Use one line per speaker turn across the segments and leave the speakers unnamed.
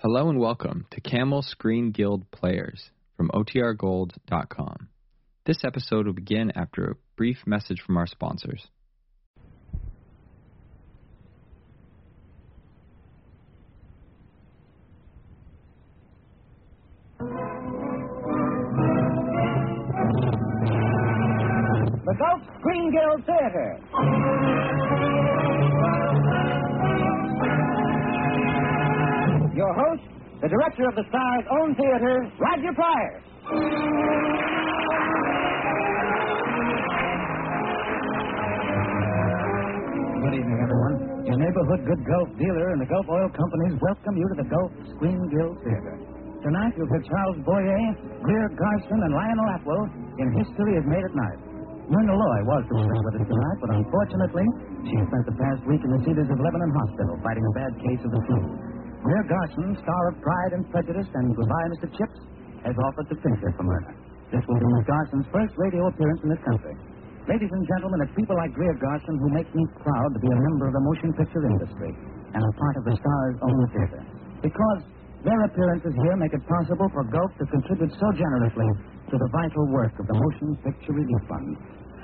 Hello and welcome to Camel Screen Guild Players from OTRGold.com. This episode will begin after a brief message from our sponsors.
The Gulf Screen Guild Theater. Your host, the director of the Star's own theater, Roger Pryor. Good evening, everyone. Your neighborhood Good Gulf dealer and the Gulf Oil Companies welcome you to the Gulf Screen Guild Theater. Tonight, you'll hear Charles Boyer, Greer Garson, and Lionel Atwell in History is Made at Night. Myrna Loy was to stay with us tonight, but unfortunately, she spent the past week in the Cedars of Lebanon Hospital fighting a bad case of the flu. Greer Garson, star of Pride and Prejudice and Goodbye, Mr. Chips, has offered to finish it for Myrna. This will be Miss Garson's first radio appearance in this country. Ladies and gentlemen, it's people like Greer Garson who make me proud to be a member of the motion picture industry and a part of the Star's own theater. Because their appearances here make it possible for Gulf to contribute so generously to the vital work of the Motion Picture Relief Fund.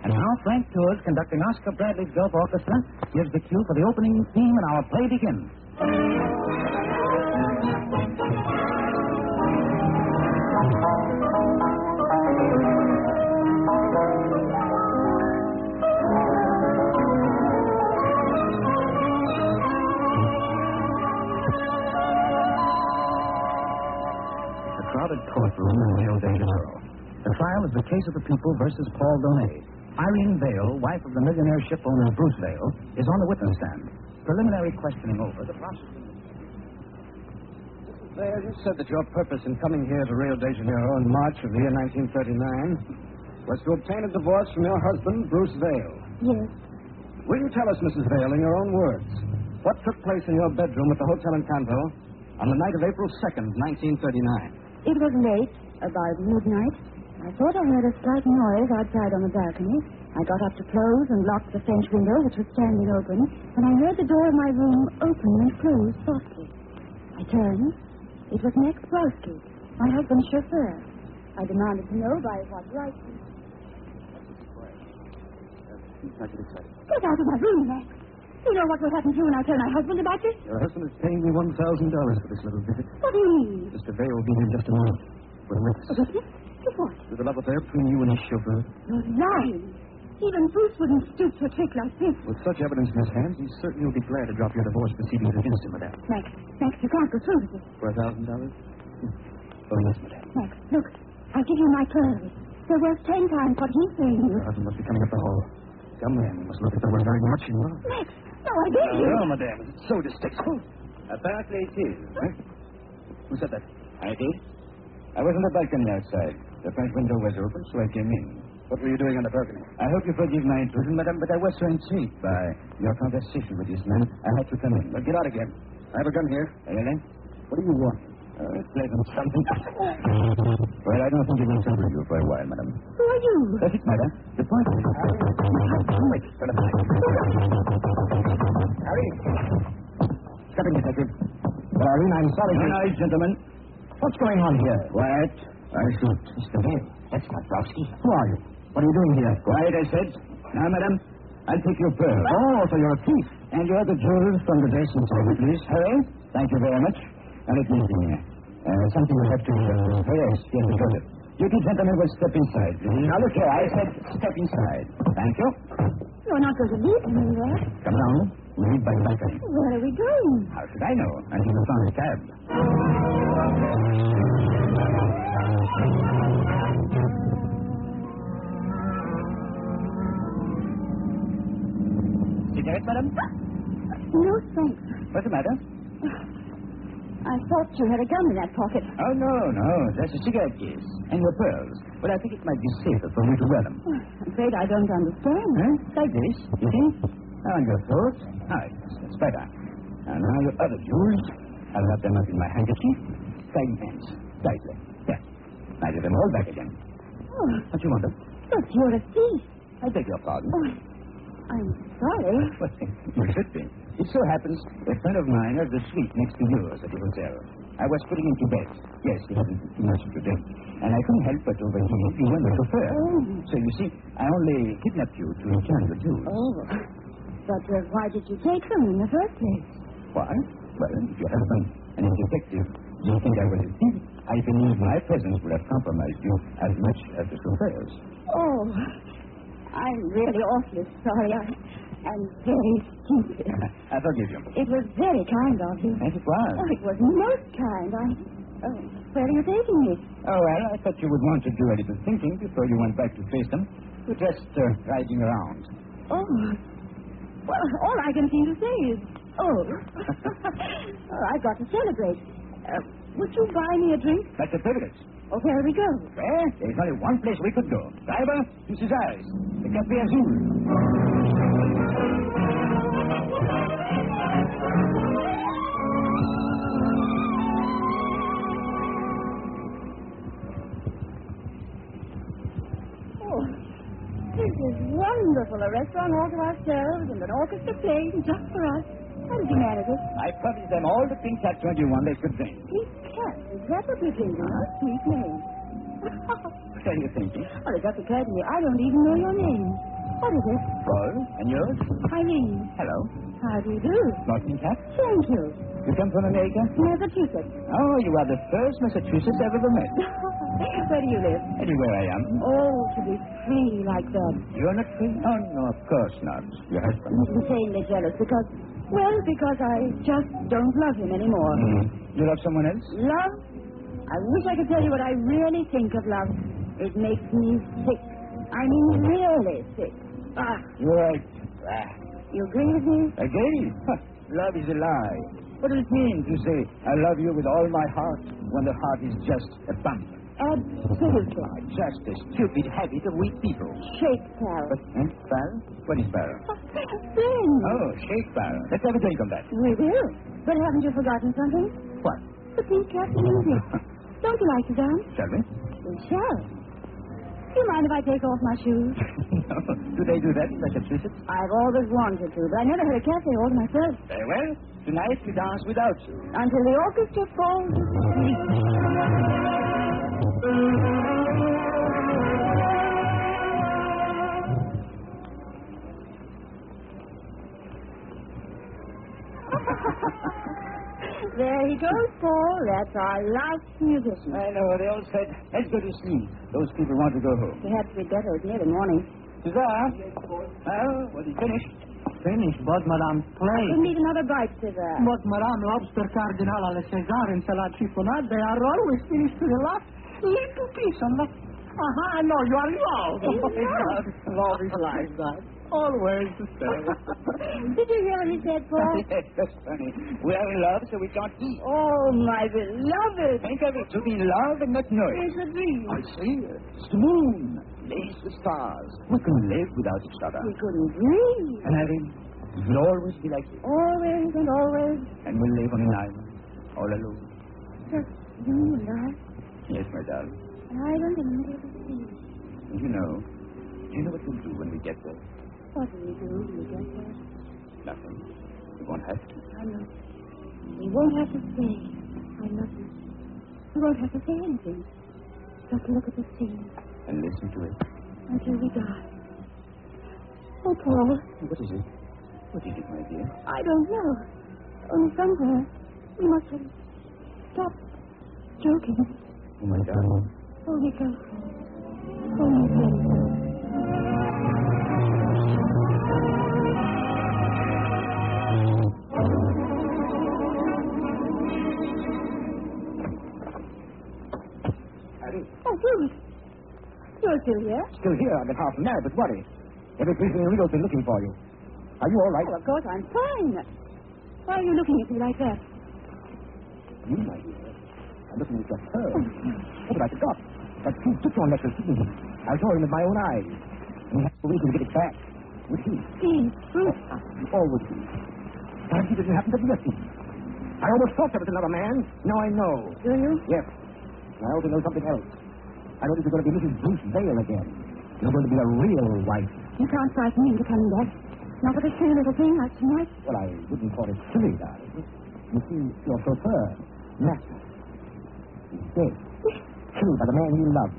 And now Frank Tours, conducting Oscar Bradley's Gulf Orchestra, gives the cue for the opening theme and our play begins. a crowded courtroom in Rio de Janeiro. The trial is the case of the people versus Paul Donet. Irene Vale, wife of the millionaire ship owner Bruce Vale, is on the witness stand. Preliminary questioning over, the prosecutor. Vale, you said that your purpose in coming here to Rio de Janeiro in March of the year 1939 was to obtain a divorce from your husband, Bruce Vale.
Yes.
Will you tell us, Mrs. Vale, in your own words, what took place in your bedroom at the Hotel Encanto on the night of April 2nd, 1939?
It was late, about midnight. I thought I heard a slight noise outside on the balcony. I got up to close and lock the French window, which was standing open, and I heard the door of my room open and close softly. I turned. It was Max Brodsky, my husband's chauffeur. I demanded to know by what right. he- Get out of my room, Max. You know what will happen to you when I tell my husband about this?
Your husband is paying me $1,000 for this little visit.
What do you mean?
Mr. Vale will be here in just a moment. With a witness.
Witness? To what?
There's a love affair between you and his chauffeur.
You're lying. Even Bruce wouldn't stoop to a trick like this.
With such evidence in his hands, he's certain you'll be glad to drop your divorce proceedings against him, madame.
Max, Max, you can't go through with this.
For a thousand dollars? Oh, yes, madame.
Max, look, I'll give you my clothes. They're worth ten times what he's paying you.
Your husband must be coming up the hall. Come in. You must look at the one very much in love.
Max, no, I dare you.
madame. It's so distasteful. Apparently it is. Who said that? I did. I was on the balcony outside. The French window was open, so I came in. What were you doing on the balcony? I hope you forgive my intrusion, madame, but I was so intrigued by your conversation with this man, I had to come in. But get out again. I have a gun here. Really? What do you want? Oh, it's pleasant something. well, I don't think it will trouble you for a while, madame.
Who are you?
Does it matter? The point is... Wait, for the Harry. Step in, Detective. Well, Irene, I'm sorry. No, no, gentlemen. What's going on here? Quiet. I shoot. Mr. Vale, that's not Browski. Who are you? What are you doing here? Quiet, I said. Now, madam, I'll take your pearl. Oh, so you're a thief. And you are the jewels from the dressing table, please. Harry, thank you very much. Now, let me in here. Uh, something will have to be done. Oh, yes, yes, we got it. You two gentlemen will step inside. please. Now, look here. I said step inside. Thank you.
You're not going to leave me anywhere.
Come down. We meet by the balcony.
Where are we going?
How should I know? I should have found a cab. Cigarette, madam?
No, thanks.
What's the matter?
I thought you had a gun in that pocket.
Oh, no, no. That's a cigarette case. And your pearls. Well, I think it might be safer for you to wear them.
I'm afraid I don't understand.
Huh? Like this, you see? Now your throat. Ah, yes, that's better. And now your other jewels. I'll wrap them up in my handkerchief. Tighten hands. Tightly. Yeah. Now give them all back again.
Oh,
What you want them?
look, you're a thief.
I beg your pardon.
Oh, I'm sorry.
Well, you should be. It so happens a friend of mine has the suite next to yours at the hotel. I I was putting him to bed. Yes, he had much to bed. And I couldn't help but overhear you and the chauffeur.
Oh.
So you see, I only kidnapped you to return the jewels.
Oh. But uh, why did you take them in the first place?
Why? Well, if your husband and a detective, you think I was a thief? I believe my presence would have compromised you as much as the chauffeur's.
Oh, I'm really awfully sorry. I am very stupid.
I forgive you.
It was very kind of you.
Yes, it was.
Oh, it was most kind. I. Oh, where are you taking me?
Oh, well, I thought you would want to do a little thinking before you went back to face them. You're just uh, riding around.
Oh. Well, all I can seem to say is, oh. oh I've got to celebrate. Uh, would you buy me a drink?
That's a privilege.
Or where we go?
Well, there's only one place we could go. Driver, this is ours. The Café Azul.
Oh, this is wonderful. A restaurant all to ourselves and an orchestra playing just for us. How did you manage it?
I promised them all the things I told you one they should drink.
He can't. He's rapidly drinking our sweet name.
What are you thinking?
well, it just occurred to me, I don't even know your name. What is it?
Paul, and yours?
Irene.
Hello.
How do you do?
Morning, Cap.
Thank you.
You come from America?
Massachusetts.
Oh, you are the first Massachusetts I've ever met.
Where do you live?
Anywhere I am.
Oh, to be free like uh, that.
You're not free? Oh, no, of course not. Your husband.
It's insanely jealous because, well, because I just don't love him anymore.
Mhm. You love someone else?
Love? I wish I could tell you what I really think of love. It makes me sick. I mean, really sick. Ah,
You're right. Ah,
you agree with me?
Again? Huh, love is a lie. What does it mean to say, I love you with all my heart, when the heart is just a bump?
Absolutely.
Just a stupid habit of we people.
Shake Carol.
But, hmm? Barrel? What is barrel?
Friend.
Oh, shake barrel. Let's have a drink on that.
We will. But haven't you forgotten something?
What?
The pink cap music. Don't you like to dance?
Shall we?
We shall. Do you mind if I take off my shoes?
do they do that in Massachusetts?
I've always wanted to, but I never had a cafe order myself
Very well. Tonight we dance without you.
until the orchestra falls asleep. there he goes, Paul. That's our last musician.
I know, they all said, let's go to sleep. Those people want to go home.
Perhaps we'd better. It's nearly morning.
Cesar? Yes, Oh, was it finished?
Finish, but Madame,
Mm.
play.
Couldn't eat another bite, Cesar.
But Madame, lobster cardinal alle Cesare, ensalada chiffonade, they are always finished to the last little piece on the... Aha, I know, you are in love.
In love?
love is like that. Always the same.
Did you hear what he said, Paul?
Yes, that's funny. We are in love, so we can't eat.
oh, my beloved.
Think of it, to be in love and not know it.
It's a dream.
I see it. It's the moon. Lays the stars. We can live without each other.
We couldn't dream.
And Irene, it will always be like this.
Always and always.
And we'll live on an island, all alone.
Just you and I.
Yes, my darling.
An island in the middle of the sea.
And you know, do you know what we'll do when we get there?
What do we do when we get there?
Nothing. We won't have to.
I know. We won't have to say, I love you. We won't have to say anything. Just look at the sea
And listen to it.
until we die. Oh, Paul,
What is it? What is it, my dear?
I don't know. Only somewhere we must have stopped joking.
Oh, my darling.
Holy Ghost. Holy Ghost.
Irene,
Oh, Bruce. You're still here?
still here. I've been half mad, but worried. Every prisoner in Rio's been looking for you. Are you all right?
Oh, of course, I'm fine. Why are you looking at me like that?
You, my dear. I'm looking at just her. What about the cop? That fool took on that receipt. I saw him with my own eyes. And he had no reason to get it back. Would he?
Please, Bruce.
He always would. Perhaps he didn't happen to be a thief. I almost thought there was another man. Now I know.
Do you?
Yes. And I also know something else. I know this is going to be Mrs. Bruce Vale again. You're going to be a real wife.
You can't frighten me into coming back. Not with a silly little thing like tonight.
Well, I wouldn't call it silly, darling. You see, your chauffeur, Matt, mistake. Killed by the man you love.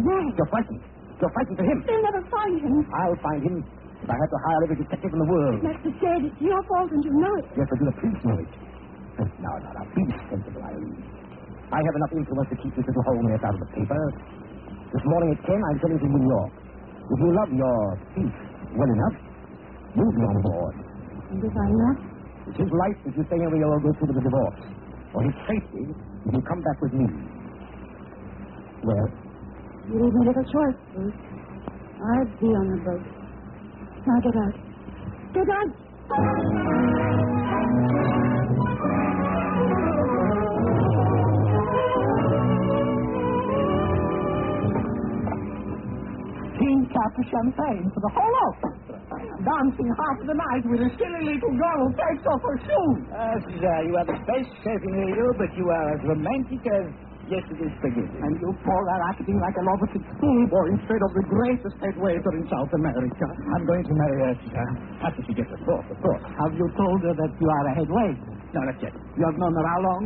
Right.
You're frightened. You're frightened for him.
They'll never find him.
I'll find him if I have to hire every detective in the world.
Master said it's your fault and you know it.
Yes, but do the police know it? No, no, no. Be sensible, Irene. I have enough influence to keep this little hole mess out of the paper. This morning at 10, I'm sailing to New York. If you love your thief well enough, you'll be on board.
And if I'm not,
It's his life if you stay here or go through with the divorce. Or his safety if you come back with me. Well,
you leave me little choice, Bruce. I'll be on the boat. Now get out. Get out!
Jean tapped the champagne for the whole orchestra, dancing half the night with a silly little girl who takes off her shoes.
Ah, Cesar, you are the best chef in Rio, but you are as romantic as yesterday's spaghetti.
And you, Paul, are acting like an opposite schoolboy instead of the greatest head waiter in South America.
I'm going to marry uh, her, Cesar. After she gets a divorce, of course.
Have you told her that you are a head waiter?
No, not yet.
You have known her how long?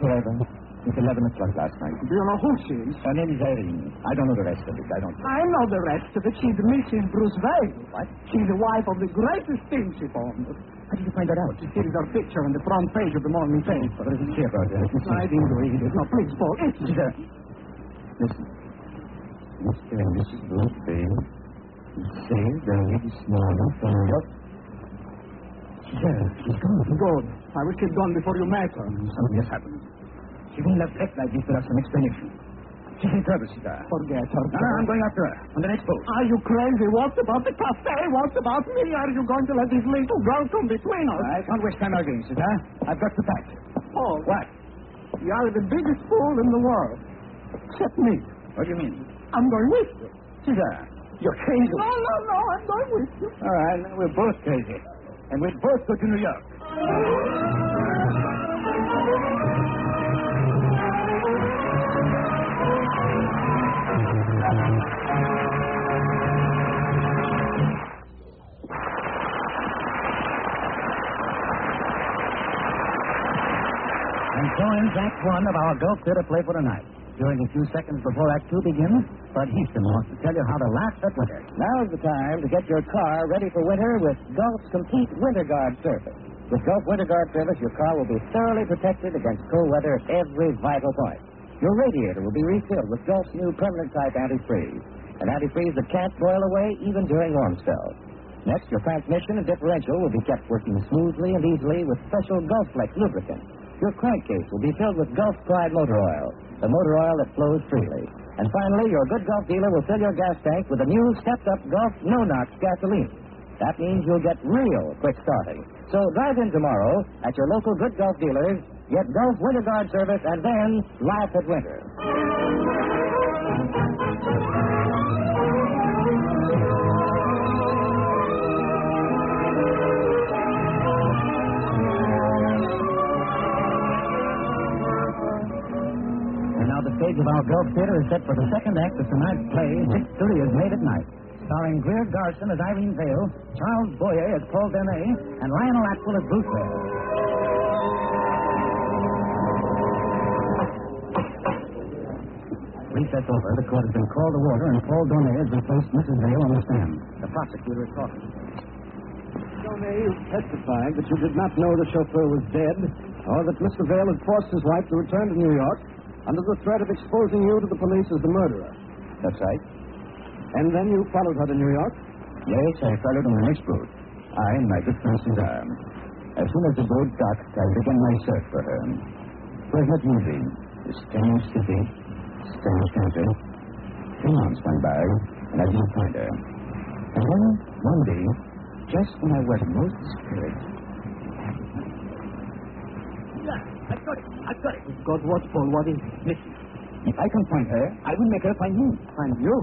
Forever. It's 11 o'clock last night.
Do you know who she is?
Her name is Irene. I don't know the rest of it. I don't know.
I know the rest of it. She's Mrs. Bruce Vale.
What?
She's the wife of the greatest steamship owner.
How did you find that out?
Here is her picture on the front page of the morning
What
paper.
is it here about? Uh,
I didn't read it. No, please, Paul. It's
Cesar. Listen. Mr. and Mrs. Bloomfield, you saved our lady Snorlax from what? Cesar, she's gone. Mm,
good. I wish she'd gone before you met her.
Something has happened. She wouldn't have left like this without some explanation. She's in trouble, Cesar.
Forget her.
No, no, I'm going after her. On the next boat.
Are you crazy? What about the cafe? What about me? Are you going to let this little girl come between us?
I can't waste time arguing, Cesar. I've got the fact.
Paul,
What?
you are the biggest fool in the world. Except me.
What do you mean?
I'm going with you.
Cesar, you're crazy.
No, no, no. I'm going with you.
All right, now we're both crazy. And we'll both go to New York. And so ends Act One of our Go Theater play for tonight. During a few seconds before Act Two begins, Bud Houston wants to tell you how to laugh at winter. Now's the time to get your car ready for winter with Gulf's complete winter guard service. With Gulf winter guard service, your car will be thoroughly protected against cold weather at every vital point. Your radiator will be refilled with Gulf's new permanent type antifreeze, an antifreeze that can't boil away even during warm spells. Next, your transmission and differential will be kept working smoothly and easily with special Gulf Flex lubricant. Your crankcase will be filled with Gulf Pride motor oil, the motor oil that flows freely. And finally, your good Gulf dealer will fill your gas tank with a new stepped-up Gulf No-Knox gasoline. That means you'll get real quick starting. So drive in tomorrow at your local good Gulf dealers, get Gulf Winter Guard service, and then laugh at winter. And now the stage of our Gulf Theater is set for the second act of tonight's play, Six Careers Made at Night. Starring Greer Garson as Irene Vale, Charles Boyer as Paul Dene, and Lionel Atwell as Bruce Vale. Recess over, the court has been called to order, and Paul Dene has replaced Mrs. Vale on the stand. The prosecutor is talking. Done, you testified that you did not know the chauffeur was dead or that Mr. Vale had forced his wife to return to New York under the threat of exposing you to the police as the murderer. That's right. And then you followed her to New York? Yes, I followed on the next boat. I and my good friend Cesar. As soon as the boat docked, I began my search for her. Where's that movie? A strange city, strange country. Three months went by, and I didn't find her. And then, one day, just when I was most discouraged. Yeah, I've got it. I've got it.
God, what, Paul? What is it?
Listen, if I can find her, I will make her find me.
And you?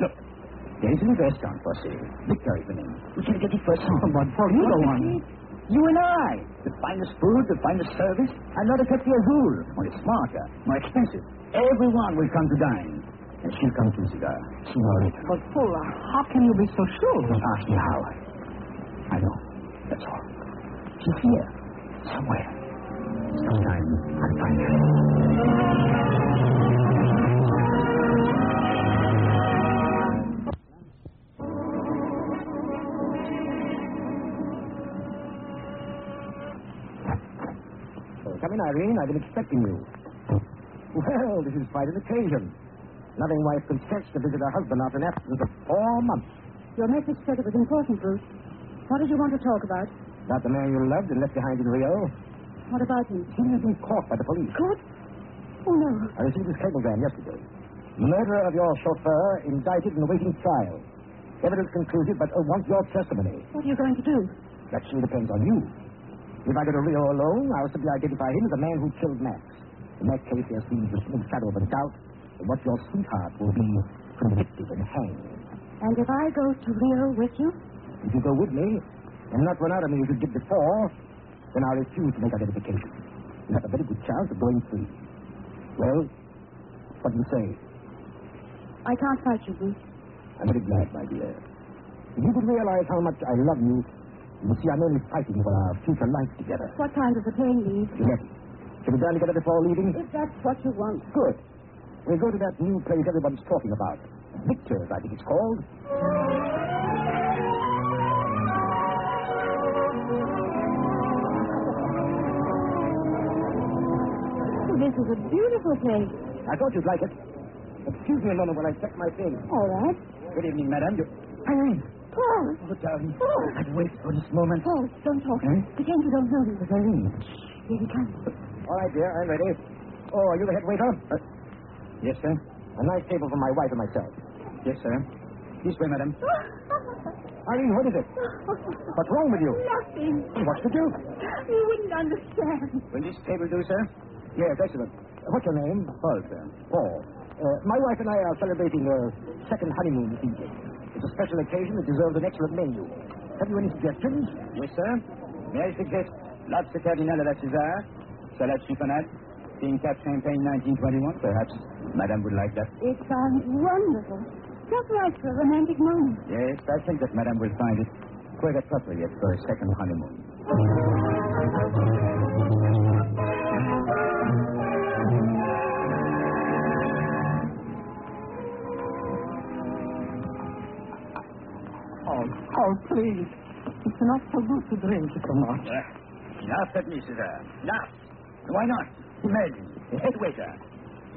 Look, there is a restaurant for sale. Victory the name. We can get it for some.
But Paul, you don't want
You and I. The finest food, the finest service, and not a Pepsi Azul. Only smarter, more expensive. Everyone will come to dine. And she'll come to cigar. Senorita.
But, Paul, how can you be so sure?
Don't ask me how. I know. That's all. She's here. Somewhere. Sometime I'll find her. Irene. I've been expecting you. Well, this is quite an occasion. Loving wife consents to visit her husband after an absence of four months.
Your message said it was important, Bruce. What did you want to talk about?
About the man you loved and left behind in Rio.
What about him?
He has been caught by the police.
Caught? Oh, no.
I received this cablegram yesterday. Murderer of your chauffeur indicted and awaiting trial. Evidence concluded, but uh, want your testimony.
What are you going to do?
That soon depends on you. If I go to Rio alone, I'll simply identify him as the man who killed Max. In that case, there seems a small shadow of a doubt that what your sweetheart will be convicted and hanged.
And if I go to Rio with you?
If you go with me and not run out of me as you did before, then I'll refuse to make identification. You have a very good chance of going free. Well, what do you say?
I can't fight you, Bruce.
I'm very glad, my dear. If you could realize how much I love you, you would see I'm only fighting for our future life together.
What time does the plane leave?
Eleven. Shall we dine together before leaving?
If that's what you want.
Good. We'll go to that new place everyone's talking about. Pictures, I think it's called.
This is a beautiful place.
I thought you'd like it. Excuse me a moment while I check my things.
All right.
Good evening, madam. You...
Irene. Paul.
Oh, darling.
Paul.
I'd wait for this moment.
Paul, don't talk.
Hmm?
Pretend you don't know him.
But Irene.
Here he comes.
All right, dear, I'm ready. Oh, are you the head waiter? yes, sir. A nice table for my wife and myself. Yes, sir. This way, madam. Irene, what is it? What's wrong with you?
Nothing.
What's the joke?
You wouldn't understand.
Will this table do, sir? Yes, excellent. Uh, What's your name? Paul, sir. Paul. Uh, my wife and I are celebrating a second honeymoon this evening. It's a special occasion that deserves an excellent menu. Have you any suggestions? Yes, sir. May I suggest lobster cardinal à la César, salad chiffonade, being cap champagne 1921, perhaps. Madame would like that.
It sounds wonderful. Just right for a romantic moment.
Yes, I think that Madame will find it quite appropriate for a second honeymoon.
Oh, oh, please. It's not so good to drink so much.
Laugh at me, César. Laugh. Why not? Imagine, a head waiter.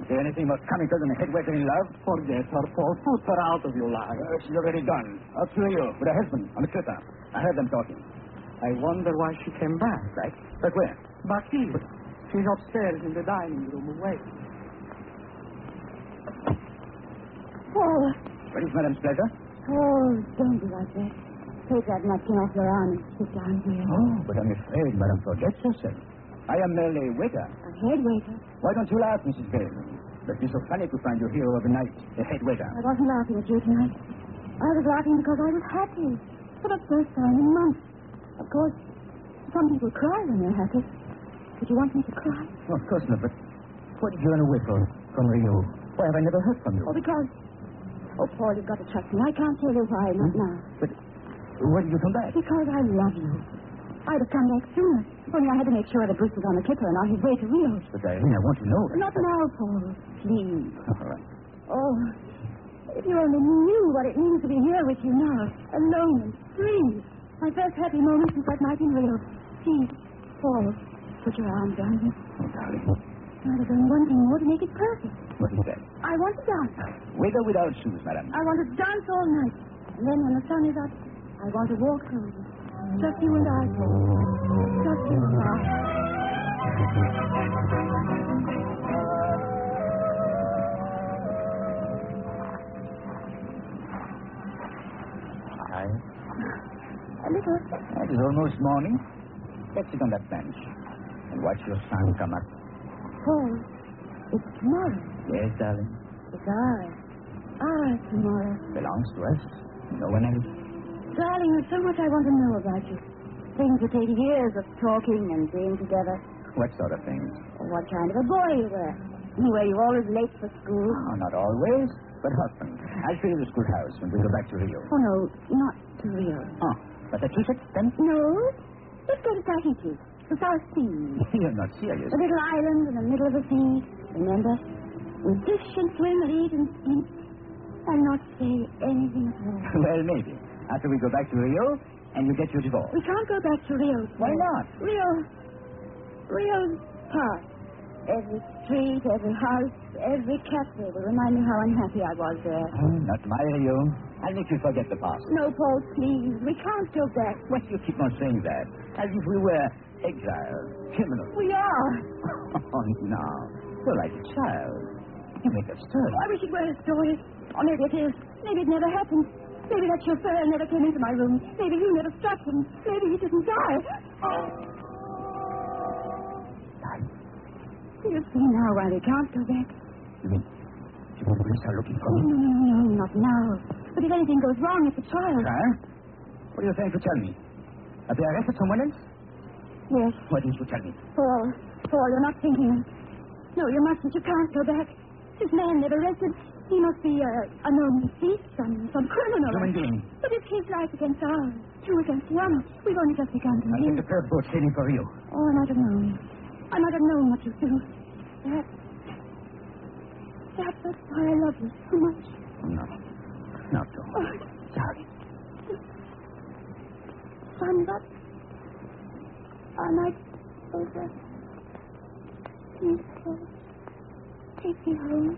Is there anything more comical than a head waiter in love?
Forget her, Paul. Put her out of your life.
Uh, she's already gone. Up to you, with her husband, on the tripper. I heard them talking.
I wonder why she came back.
Right? But where?
Back here. She's upstairs in the dining room. Wait.
Paul.
What is Madame's pleasure?
Paul, don't be like that. Take that napkin off your arm and sit down here.
Oh, but I'm afraid Madame forgets herself. I am merely a waiter.
A head waiter.
Why don't you laugh, Mrs. Gale? It'd be so funny to find you here overnight, a head waiter.
I wasn't laughing at you tonight. I was laughing because I was happy. For the first time in months. Of course, some people cry when they're happy. Did you want me to cry?
Oh, of course not, but what did you run away from, from Rio? Why have I never heard from you?
Or because... Oh, Paul, you've got to trust me. I can't tell you why, not now.
But where did you come back?
Because I love you. I'd have come back sooner. Only I had to make sure that Bruce was on the clipper and on his way to Rio.
But Irene, I want to know.
Not now, Paul. Please.
All right.
Oh, if you only knew what it means to be here with you now, alone and free. My first happy moment since that night in Rio. Please, Paul, put your arms down me.
Oh, darling.
Now there's only one thing more to make it perfect.
What is that?
I want to dance.
With or without shoes, madam?
I want to dance all night. And then when the sun is up, I want to walk home. Just you and I, Paul. Just you and I.
I.
A little.
It is almost morning. Let's sit on that bench and watch your sun come up.
Paul, it's tomorrow.
Yes, darling.
It's ours. Ours tomorrow.
Belongs to us. No one else.
Darling, there's so much I want to know about you. Things that take years of talking and being together.
What sort of things?
And what kind of a boy you were. Anyway, you're always late for school.
Oh, not always, but often. I'll show you the schoolhouse when we go back to Rio.
Oh, no, not to Rio.
Oh, Massachusetts, then?
No, let's go to Tahiti, the South Seas.
You're not serious.
A little island in the middle of the sea, remember? We fish and swim and eat and sleep and not say anything at all.
well, maybe. After we go back to Rio and you get your divorce.
We can't go back to Rio.
Why
Paul.
not?
Rio. Rio's path. Every street, every house, every cafe will remind me how unhappy I was there.
not admire you. I think you forget the past.
No, Paul, please. We can't go back.
Why do you keep on saying that? As if we were exiles, criminals.
We are.
Oh, no. You're like a child. You make a stir.
I wish it were a story. Or maybe it is. Maybe it never happened. Maybe that chauffeur never came into my room. Maybe you never struck him. Maybe he didn't die. You see now why they can't go back.
You mean, you mean police are looking for
No,
me?
no, no, no, no, not now. But if anything goes wrong, it's a child.
Huh? What are you trying to tell me? Have they arrested someone else?
Yes,
Why didn't you tell me?
Paul. Paul, you're not thinking. No, you mustn't. You can't go back. This man never arrested. He must be uh, a known thief, some, some criminal.
Human being.
But it's his life against ours. Two against one. We've only just begun to
I'm in
live.
the curb boat sailing for you.
Oh, I might have known. I might have known what you do. That. That, that's why I love you so much.
No. Not so.
Oh,
Sorry.
son, that. I might go back. Please, Paul. Take me home.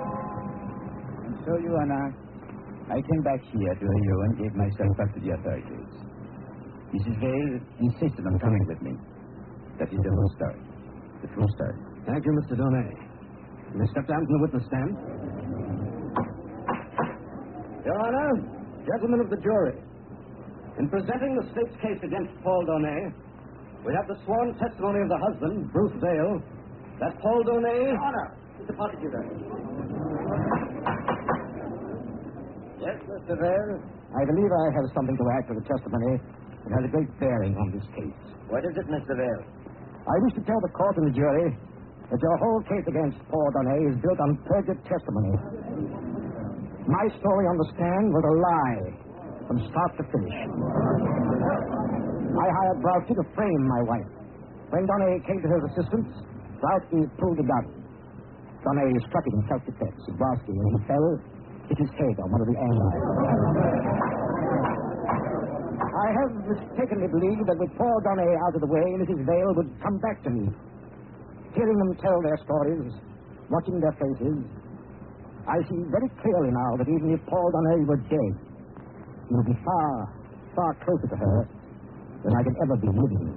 And so you and I, I came back here to you and gave myself up to the authorities. Mrs. Vale insisted on coming with me. That is the whole story. The full story.
Thank you, Mr. Donay. You may step down from the witness stand. Your Honor, gentlemen of the jury, in presenting the state's case against Paul Donay, we have the sworn testimony of the husband, Bruce Dale, that Paul Donay. Your Honor, Mr. Prosecutor. Yes, Mr. Dale.
I believe I have something to add to the testimony that has a great bearing on this case.
What is it, Mr. Dale?
I wish to tell the court and the jury that your whole case against Paul Donay is built on perjured testimony. My story on the stand was a lie from start to finish. I hired Broughty to frame my wife. When Donay came to his assistance, Broughty pulled a gun. Donay struck him in self-defense. Broughty, when he fell, hit his head on one of the anvils. I have mistakenly believed that with Paul Donnelly out of the way, Mrs. Vale would come back to me. Hearing them tell their stories, watching their faces, I see very clearly now that even if Paul Donnelly were dead, he would be far, far closer to her than I can ever be living.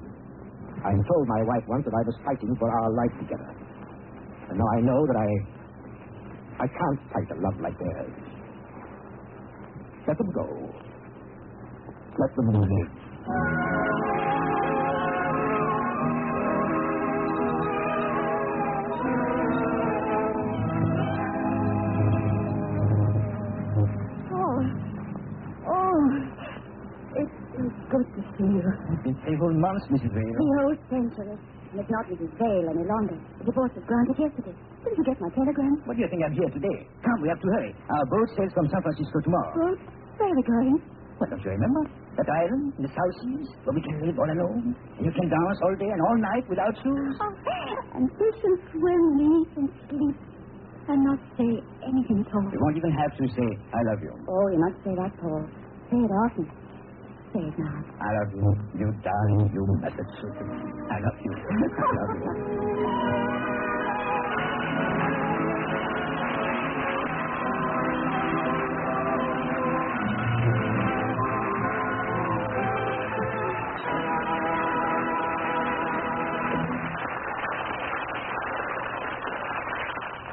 I told my wife once that I was fighting for our life together. And now I know that I. I can't fight a love like theirs. Let them go. Let them live.
Paul. Oh. It's, it's good to see you.
It's been several months, Mrs. Vale.
The whole century. And it's not Mrs. Vale any longer. The divorce was granted yesterday. Didn't you get my telegram?
What do you think I'm here today? Come, we have to hurry. Our boat sails from San Francisco tomorrow.
Paul, where are Oh, we going?
Well, don't you remember? That island in the South Seas where we can live all alone. And you can dance all day and all night without shoes.
Oh, and fish and swim, eat and sleep, and not say anything at all.
You won't even have to say, I love you.
Oh, you must say that, Paul. Say it often. Say it now.
I love you. You darling, you Massachusetts. I love you. I love you.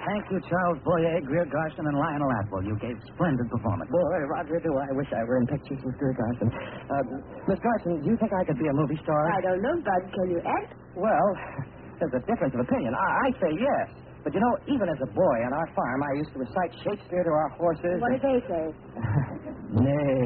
Thank you, Charles Boyer, Greer Garson, and Lionel Atwell. You gave splendid performance.
Boy, Roger, do I wish I were in pictures with Greer Garson. Uh, Miss Garson, do you think I could be a movie star?
I don't know, Bud. Can you act?
Well, there's a difference of opinion. I, I say yes. But you know, even as a boy on our farm, I used to recite Shakespeare to our horses.
What did they say?
Nay.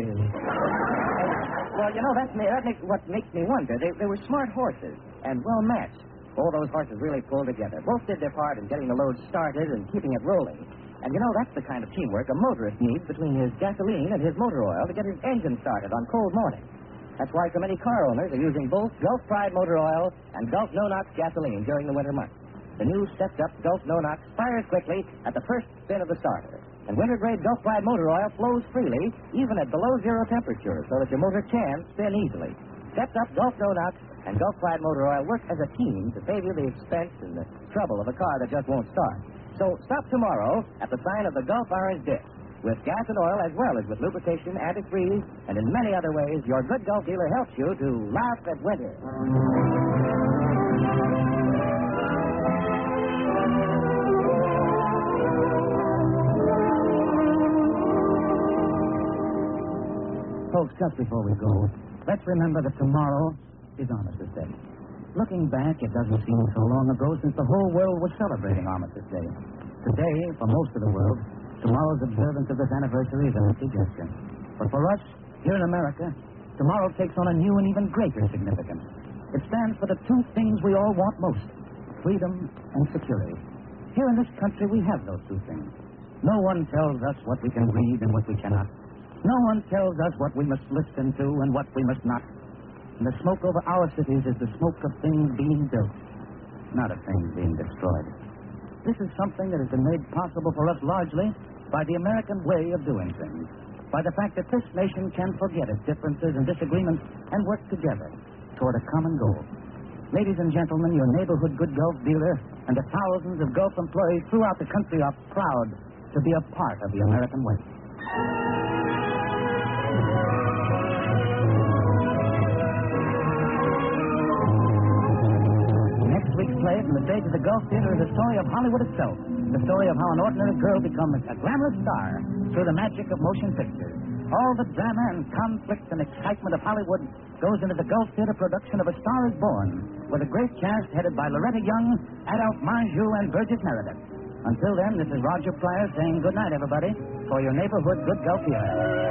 well, you know, that's ma- that makes what makes me wonder. They, they were smart horses and well matched. All those horses really pulled together. Both did their part in getting the load started and keeping it rolling. And you know, that's the kind of teamwork a motorist needs between his gasoline and his motor oil to get his engine started on cold mornings. That's why so many car owners are using both Gulf Pride motor oil and Gulf No Knox gasoline during the winter months. The new stepped up Gulf No Knock fires quickly at the first spin of the starter. And winter grade Gulf Glide motor oil flows freely, even at below zero temperature, so that your motor can spin easily. Stepped up Gulf No Knock and Gulf Glide motor oil work as a team to save you the expense and the trouble of a car that just won't start. So stop tomorrow at the sign of the Gulf Orange Disc. With gas and oil, as well as with lubrication, antifreeze, and in many other ways, your good Gulf dealer helps you to laugh at winter.
Folks, just before we go, let's remember that tomorrow is Armistice Day. Looking back, it doesn't seem so long ago since the whole world was celebrating Armistice Day. Today, for most of the world, tomorrow's observance of this anniversary is an empty gesture. But for us, here in America, tomorrow takes on a new and even greater significance. It stands for the two things we all want most freedom and security. Here in this country, we have those two things. No one tells us what we can read and what we cannot. No one tells us what we must listen to and what we must not. And the smoke over our cities is the smoke of things being built, not of things being destroyed. This is something that has been made possible for us largely by the American way of doing things, by the fact that this nation can forget its differences and disagreements and work together toward a common goal. Ladies and gentlemen, your neighborhood good Gulf dealer and the thousands of Gulf employees throughout the country are proud to be a part of the American way. Next week's play from the stage of the Gulf Theater is a story of Hollywood itself. The story of how an ordinary girl becomes a glamorous star through the magic of motion pictures. All the drama and conflict and excitement of Hollywood goes into the Gulf Theater production of A Star is Born, with a great cast headed by Loretta Young, Adolph Manjou, and Burgess Meredith. Until then, this is Roger Pryor saying good night, everybody, for your neighborhood good Gulf Theater.